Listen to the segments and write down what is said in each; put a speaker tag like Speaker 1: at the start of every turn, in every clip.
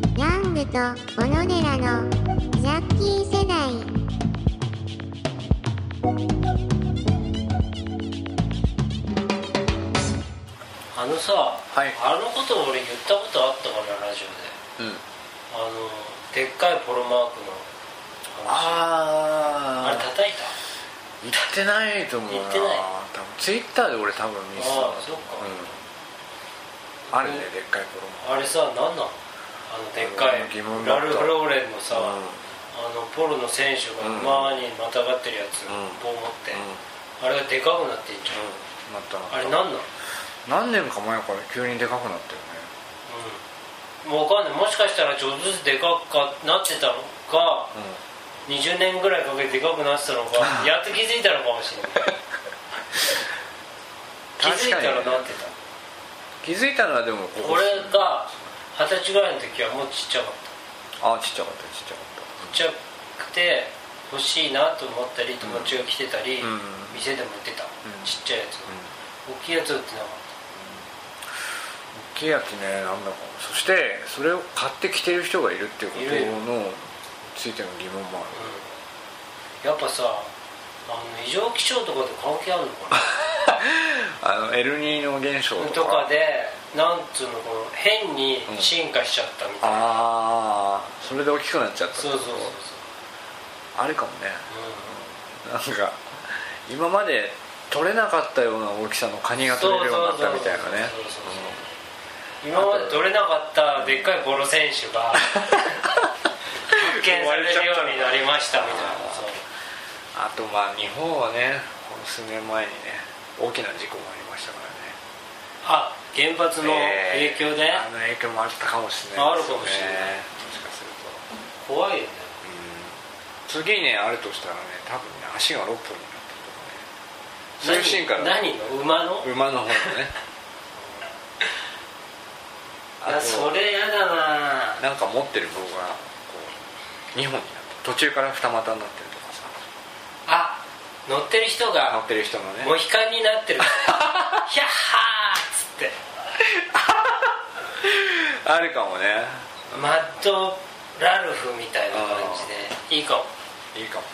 Speaker 1: と小野寺のジャッキー世代
Speaker 2: あのさ、
Speaker 3: い
Speaker 2: あのこと俺言ったことあったかなラジオで
Speaker 3: うん
Speaker 2: あのでっかいポロマークの話あ
Speaker 3: あ
Speaker 2: れ
Speaker 3: あ
Speaker 2: 叩いた
Speaker 3: 言ってないと思う
Speaker 2: 言っ
Speaker 3: な
Speaker 2: てない
Speaker 3: 多分ツイッターで俺多分見せたんだ
Speaker 2: あーそっか
Speaker 3: うん、あるねでっかいポ
Speaker 2: あ
Speaker 3: ロ
Speaker 2: れさ何なのあのでっかい
Speaker 3: 疑問だ
Speaker 2: ラ
Speaker 3: った
Speaker 2: ルフ・ローレンのさ、
Speaker 3: うん
Speaker 2: あのポロの選手が
Speaker 3: うん
Speaker 2: 馬にまたがってるやつ、
Speaker 3: うん
Speaker 2: 棒持って、
Speaker 3: うん
Speaker 2: あれがでかくなっていっちゃう、
Speaker 3: なった
Speaker 2: あれ
Speaker 3: な
Speaker 2: 何
Speaker 3: った
Speaker 2: なの
Speaker 3: 何年か前から急にでかくなったよ
Speaker 2: う
Speaker 3: ね
Speaker 2: んもうわかんないもしかしたらちょっとずつでかくかなってたのか
Speaker 3: うん
Speaker 2: 20年ぐらいかけてでかくなってたのかやっと気づいたのかもしれ ない気づいたらなってた、
Speaker 3: 気づいたのはでもここ
Speaker 2: 俺が二十歳ぐらいの時はもうちっちゃかった
Speaker 3: あちっちゃかったちっちゃかっ
Speaker 2: ちっちゃくて欲しいなと思ったり友達が来てたり、
Speaker 3: うん
Speaker 2: 店でも売ってた、
Speaker 3: ん
Speaker 2: ちっちゃいやつ
Speaker 3: た、うん、
Speaker 2: 大きいやつ売ってなかった
Speaker 3: 大きいやつねなんだかそしてそれを買ってきてる人がいるっていうこ
Speaker 2: いる
Speaker 3: とのついての疑問もある
Speaker 2: やっぱさあの異常気象とかと関係あるのか な
Speaker 3: あのエルニーニョ現象と
Speaker 2: とか
Speaker 3: か
Speaker 2: でなんつうのこの変に進化しちゃったみたいな、
Speaker 3: ああそれで大きくなっちゃった
Speaker 2: そうそうそうそう、
Speaker 3: あれかもね
Speaker 2: う
Speaker 3: なんか今まで取れなかったような大きさのカニが取れるようになったみたいなね
Speaker 2: そうそうそう今まで取れなかったでっかいボロ選手が発見されるようになりましたみたいなそう
Speaker 3: あとまあ日本はねこの数年前にね大きな事故がありましたから
Speaker 2: あ
Speaker 3: ね
Speaker 2: 原発の影響で、
Speaker 3: えーあの影響もあったかもしれな
Speaker 2: あ
Speaker 3: い
Speaker 2: るかもしれない
Speaker 3: もしかすると
Speaker 2: 怖いよね
Speaker 3: 次ねあるとしたらね多分ね足が6本になってるとかねそういうシーンから
Speaker 2: 何の馬の
Speaker 3: 馬 の方の
Speaker 2: い
Speaker 3: ねあ
Speaker 2: やそ
Speaker 3: と
Speaker 2: れやだな
Speaker 3: なんか持ってる棒がこう2本になってる途中から二股になってるとかさ
Speaker 2: あ乗ってる人
Speaker 3: 乗
Speaker 2: が
Speaker 3: ってる人のね
Speaker 2: モヒカンにな ってるヒャッハーっつって
Speaker 3: あるかもね
Speaker 2: マッド・ラルフみたいな感じでいいか も、
Speaker 3: いいかも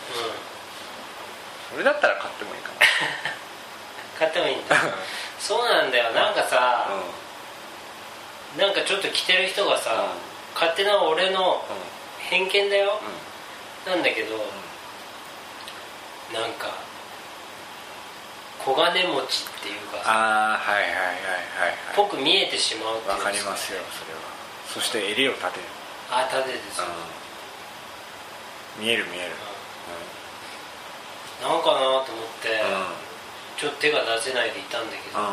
Speaker 2: うん、
Speaker 3: それだったら買ってもいい か
Speaker 2: 買ってもいいんだそうなんだよなんかさ
Speaker 3: な、、
Speaker 2: なんかちょっと着てる人がさ、
Speaker 3: うん
Speaker 2: 勝手な俺の偏見だよ、
Speaker 3: う
Speaker 2: なんだけど、なんか小金持ちっていうかさ
Speaker 3: ああはいはいはいはい
Speaker 2: ぽく見えてしまうっていう
Speaker 3: わかりますよそれはそして襟を立てる、
Speaker 2: あたでですよ、
Speaker 3: 見える見える、
Speaker 2: なんかなと思って、
Speaker 3: うん
Speaker 2: ちょっと手が出せないでいたんだけど、
Speaker 3: うん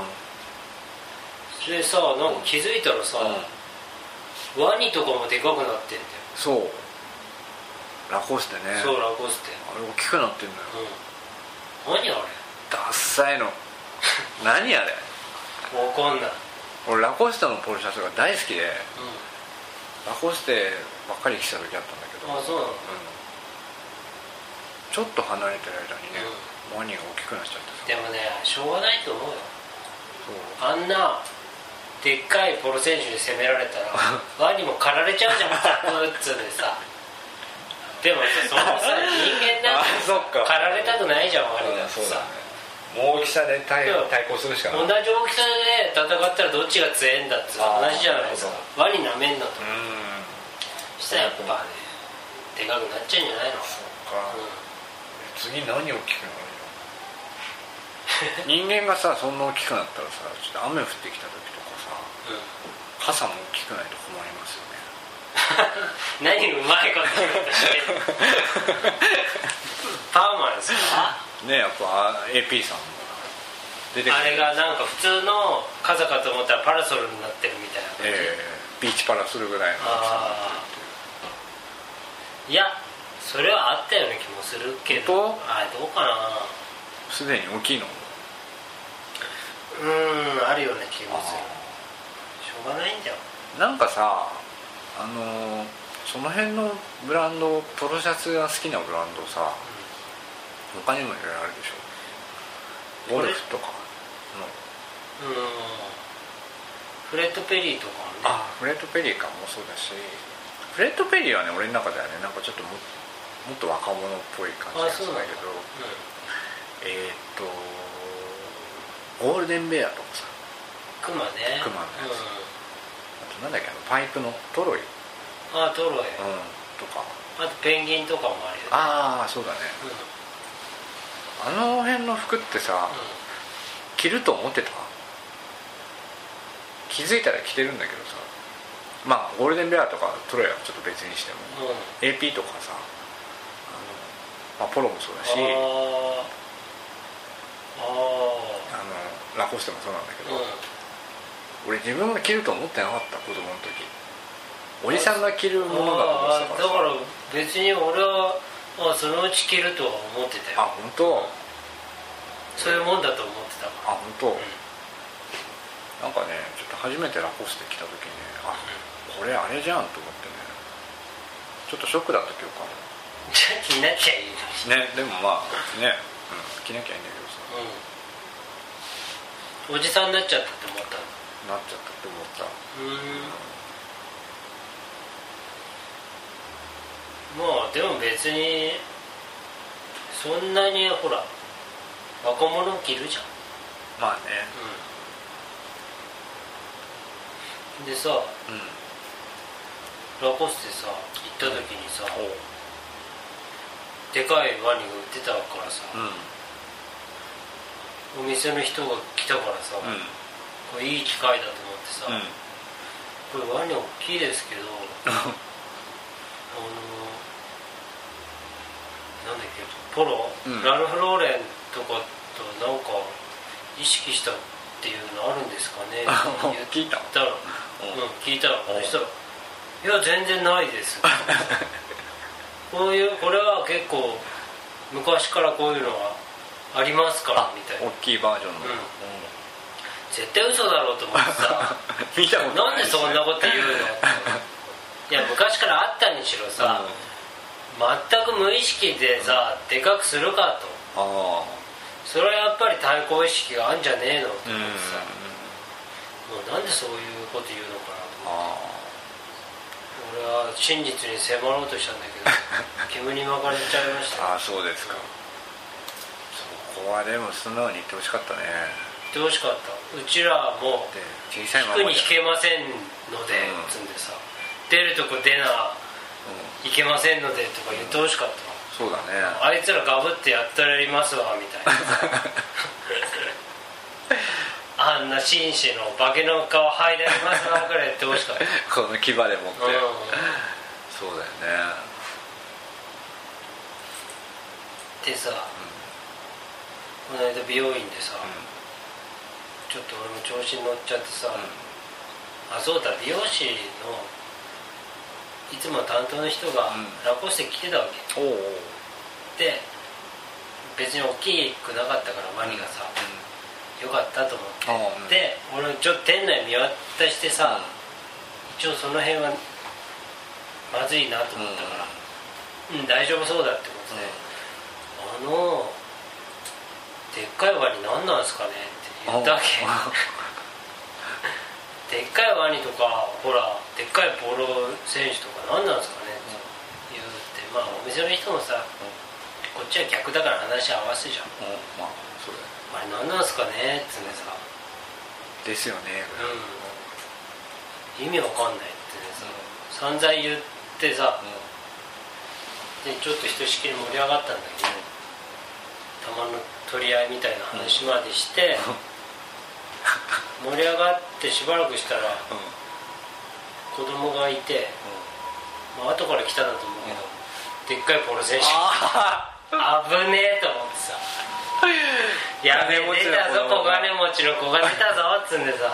Speaker 2: それでさなんか気づいたらさ、ワニとかもでかくなってんだ
Speaker 3: そうラコステね
Speaker 2: よ、そうラコステ、
Speaker 3: あれ大きくなってんのよ
Speaker 2: うん、何あれ
Speaker 3: ダッサいの何あれ
Speaker 2: わかんない、
Speaker 3: 俺ラコステのポロシャツが大好きで
Speaker 2: う
Speaker 3: ラコステばっかり着てた時あったんだけど、
Speaker 2: ん、あそうなの
Speaker 3: ちょっと離れてる間にね、ワニが大きくなっちゃっ
Speaker 2: で
Speaker 3: て
Speaker 2: もねしょうがないと思うよ
Speaker 3: そう
Speaker 2: あんなでっかいポロ選手に攻められたら ワニも狩られちゃうじゃんブーッつうんでさでもさそのさ人間なんて
Speaker 3: あそっか
Speaker 2: 狩られたくないじゃんワニだってさ、
Speaker 3: もう大きさで対
Speaker 2: そう
Speaker 3: 対抗するしかない
Speaker 2: 同
Speaker 3: うん
Speaker 2: じ大きさで戦ったらどっちが強えんだって
Speaker 3: あー
Speaker 2: 話じゃないですか
Speaker 3: なる
Speaker 2: ワニなめんなとしたらやっぱねでかくなっちゃうんじゃないの
Speaker 3: そっか、次何大きくなるの人間がさそんな大きくなったらさちょっと雨降ってきた時とかさ
Speaker 2: うん、 うん
Speaker 3: 傘も大きくないと困りますよね
Speaker 2: 何うまいこと言おうとしてる パーマですか
Speaker 3: ねやっぱ AP さんも出てくる
Speaker 2: あれがなんか普通の傘かと思ったらパラソルになってるみたいな感じ、
Speaker 3: ええビーチパラするぐらいの
Speaker 2: ああいやそれはあったような気もするけど
Speaker 3: 本当
Speaker 2: あれどうかな
Speaker 3: すでに大きいの
Speaker 2: うーんあるような気もするしょうがないんだよ
Speaker 3: なんかさあのーその辺のブランドポロシャツが好きなブランドさ他にもいろいろあるでしょゴルフとかの
Speaker 2: うんフレッド・ペリーとかもね
Speaker 3: フレッド・ペリーかもそうだしフフレッド・ペリーはね俺の中ではねなんかちょっとももっと若者っぽい感じがするんだけどえーっとゴールデンベアとかさ
Speaker 2: クマね
Speaker 3: 熊のやあとなんだっけあのパイプのトロイ、うん、
Speaker 2: うん、あトロイ、
Speaker 3: とか
Speaker 2: あとペンギンとかもあるよね
Speaker 3: ああそうだね
Speaker 2: うんうん
Speaker 3: あの辺の服ってさ、着ると思ってた気づいたら着てるんだけどさまあゴールデンベアとかトロイはちょっと別にしても
Speaker 2: うん
Speaker 3: AP とかさあの、まあ、ポロもそうだし
Speaker 2: あ
Speaker 3: あ
Speaker 2: ーあ
Speaker 3: のラコステもそうなんだけ
Speaker 2: ー
Speaker 3: ど、
Speaker 2: うん
Speaker 3: 俺自分が着ると思ってなかった子供の時おじさんが着るものだと思ってたか
Speaker 2: あー
Speaker 3: ら
Speaker 2: だから別に俺は、まあ、そのうち着るとは思ってた
Speaker 3: あ
Speaker 2: よ
Speaker 3: 本当
Speaker 2: そういうもんだと思ってたか
Speaker 3: あ本当、
Speaker 2: ら、うん
Speaker 3: なんかねちょっと初めてラコステ着た時にねあこれあれじゃんと思ってねちょっとショックだった記憶あ
Speaker 2: じゃあ着なきゃいいのに
Speaker 3: るねでもまあね、うん、着なきゃいいんだけ
Speaker 2: うんお
Speaker 3: どさ
Speaker 2: じさんになっちゃったって思ったの
Speaker 3: なっちゃったって思った
Speaker 2: うーんまあでも別にそんなにほら若者着るじゃん
Speaker 3: まあね
Speaker 2: うんでさ
Speaker 3: うん
Speaker 2: ラコステさ行った時にさでかいワニが売ってたからさ、
Speaker 3: うん
Speaker 2: お店の人が来たからさ、
Speaker 3: うん
Speaker 2: これいい機会だと思ってさ、
Speaker 3: うん
Speaker 2: これワニ大きいですけどあのなんだっけポロ、
Speaker 3: うん
Speaker 2: ラルフ・ローレンとかとなんか意識したっていうのあるんですかね
Speaker 3: あ
Speaker 2: って言っ
Speaker 3: 聞いた
Speaker 2: たら、うん
Speaker 3: うん、
Speaker 2: 聞いたら
Speaker 3: うん
Speaker 2: そしたら「いや全然ない です」こういうこれは結構昔からこういうのはありますから
Speaker 3: あ
Speaker 2: みたい
Speaker 3: 大
Speaker 2: な
Speaker 3: きいバージョンの、
Speaker 2: うん絶対嘘だろうと思ってさ
Speaker 3: 見たこと
Speaker 2: なんでそんなこと言うのい や昔からあったにしろさ、
Speaker 3: うん
Speaker 2: 全く無意識でさ、でかくするかと
Speaker 3: あ
Speaker 2: それはやっぱり対抗意識があんじゃねえのと
Speaker 3: あう
Speaker 2: 思っ
Speaker 3: ん
Speaker 2: てさ、もうなんでそういうこと言うのかなと思って俺
Speaker 3: あ
Speaker 2: は真実に迫ろうとしたんだけ ど煙に巻かれちゃいまし
Speaker 3: ああ
Speaker 2: た
Speaker 3: あそうですかそこはでも素直に言ってほしかったね
Speaker 2: どうしかったうちらも
Speaker 3: で小さいまま
Speaker 2: 服
Speaker 3: じゃ
Speaker 2: に引けませんので、
Speaker 3: うん
Speaker 2: つんでさ出るとこ出な
Speaker 3: う
Speaker 2: いけませんのでとか言ってほしかった、
Speaker 3: んそうだね
Speaker 2: あいつらガブってやったらいますわみたいなあんな紳士の化けの皮剥いでありますわぐらいやってほしかった、
Speaker 3: この牙で持って
Speaker 2: うん、
Speaker 3: そうだよね
Speaker 2: でさ、この間美容院でさ、
Speaker 3: う
Speaker 2: ちょっと俺も調子に乗っちゃってさ、
Speaker 3: ん
Speaker 2: あそうだ美容師のいつも担当の人が
Speaker 3: うん
Speaker 2: ラコステ来てたわけ
Speaker 3: おうおううん
Speaker 2: で別に大きくなかったからワニがさ、よかったと思って、
Speaker 3: うん
Speaker 2: で俺ちょっと店内見渡してさ、一応その辺はまずいなと思ったから、うん大丈夫そうだってことで、あのでっかいワニ何なんすかねって言ったわけ、でっかいワニとかほらでっかいポロ選手とか何なんすかねって言ってまあお店の人もさ、こっちは逆だから話合わせじゃん
Speaker 3: うんまあそうだ
Speaker 2: あ
Speaker 3: よ
Speaker 2: れ何なんすかねっつってさ
Speaker 3: ですよね
Speaker 2: うん、意味わかんないってねさ、散々言ってさ、でちょっとひとしきり盛り上がったんだけど、玉の取り合いみたいな話までして、盛り上がってしばらくしたら
Speaker 3: うんうん
Speaker 2: 子供がいて、まあ後から来たんだと思うけど、でっかいポロ選手
Speaker 3: あ
Speaker 2: 危ねえと思ってさ「やべえ
Speaker 3: 金持ち
Speaker 2: 出
Speaker 3: の
Speaker 2: たぞ
Speaker 3: 子
Speaker 2: 小
Speaker 3: 供
Speaker 2: 金持ちの子が出たぞ」っつうんでさ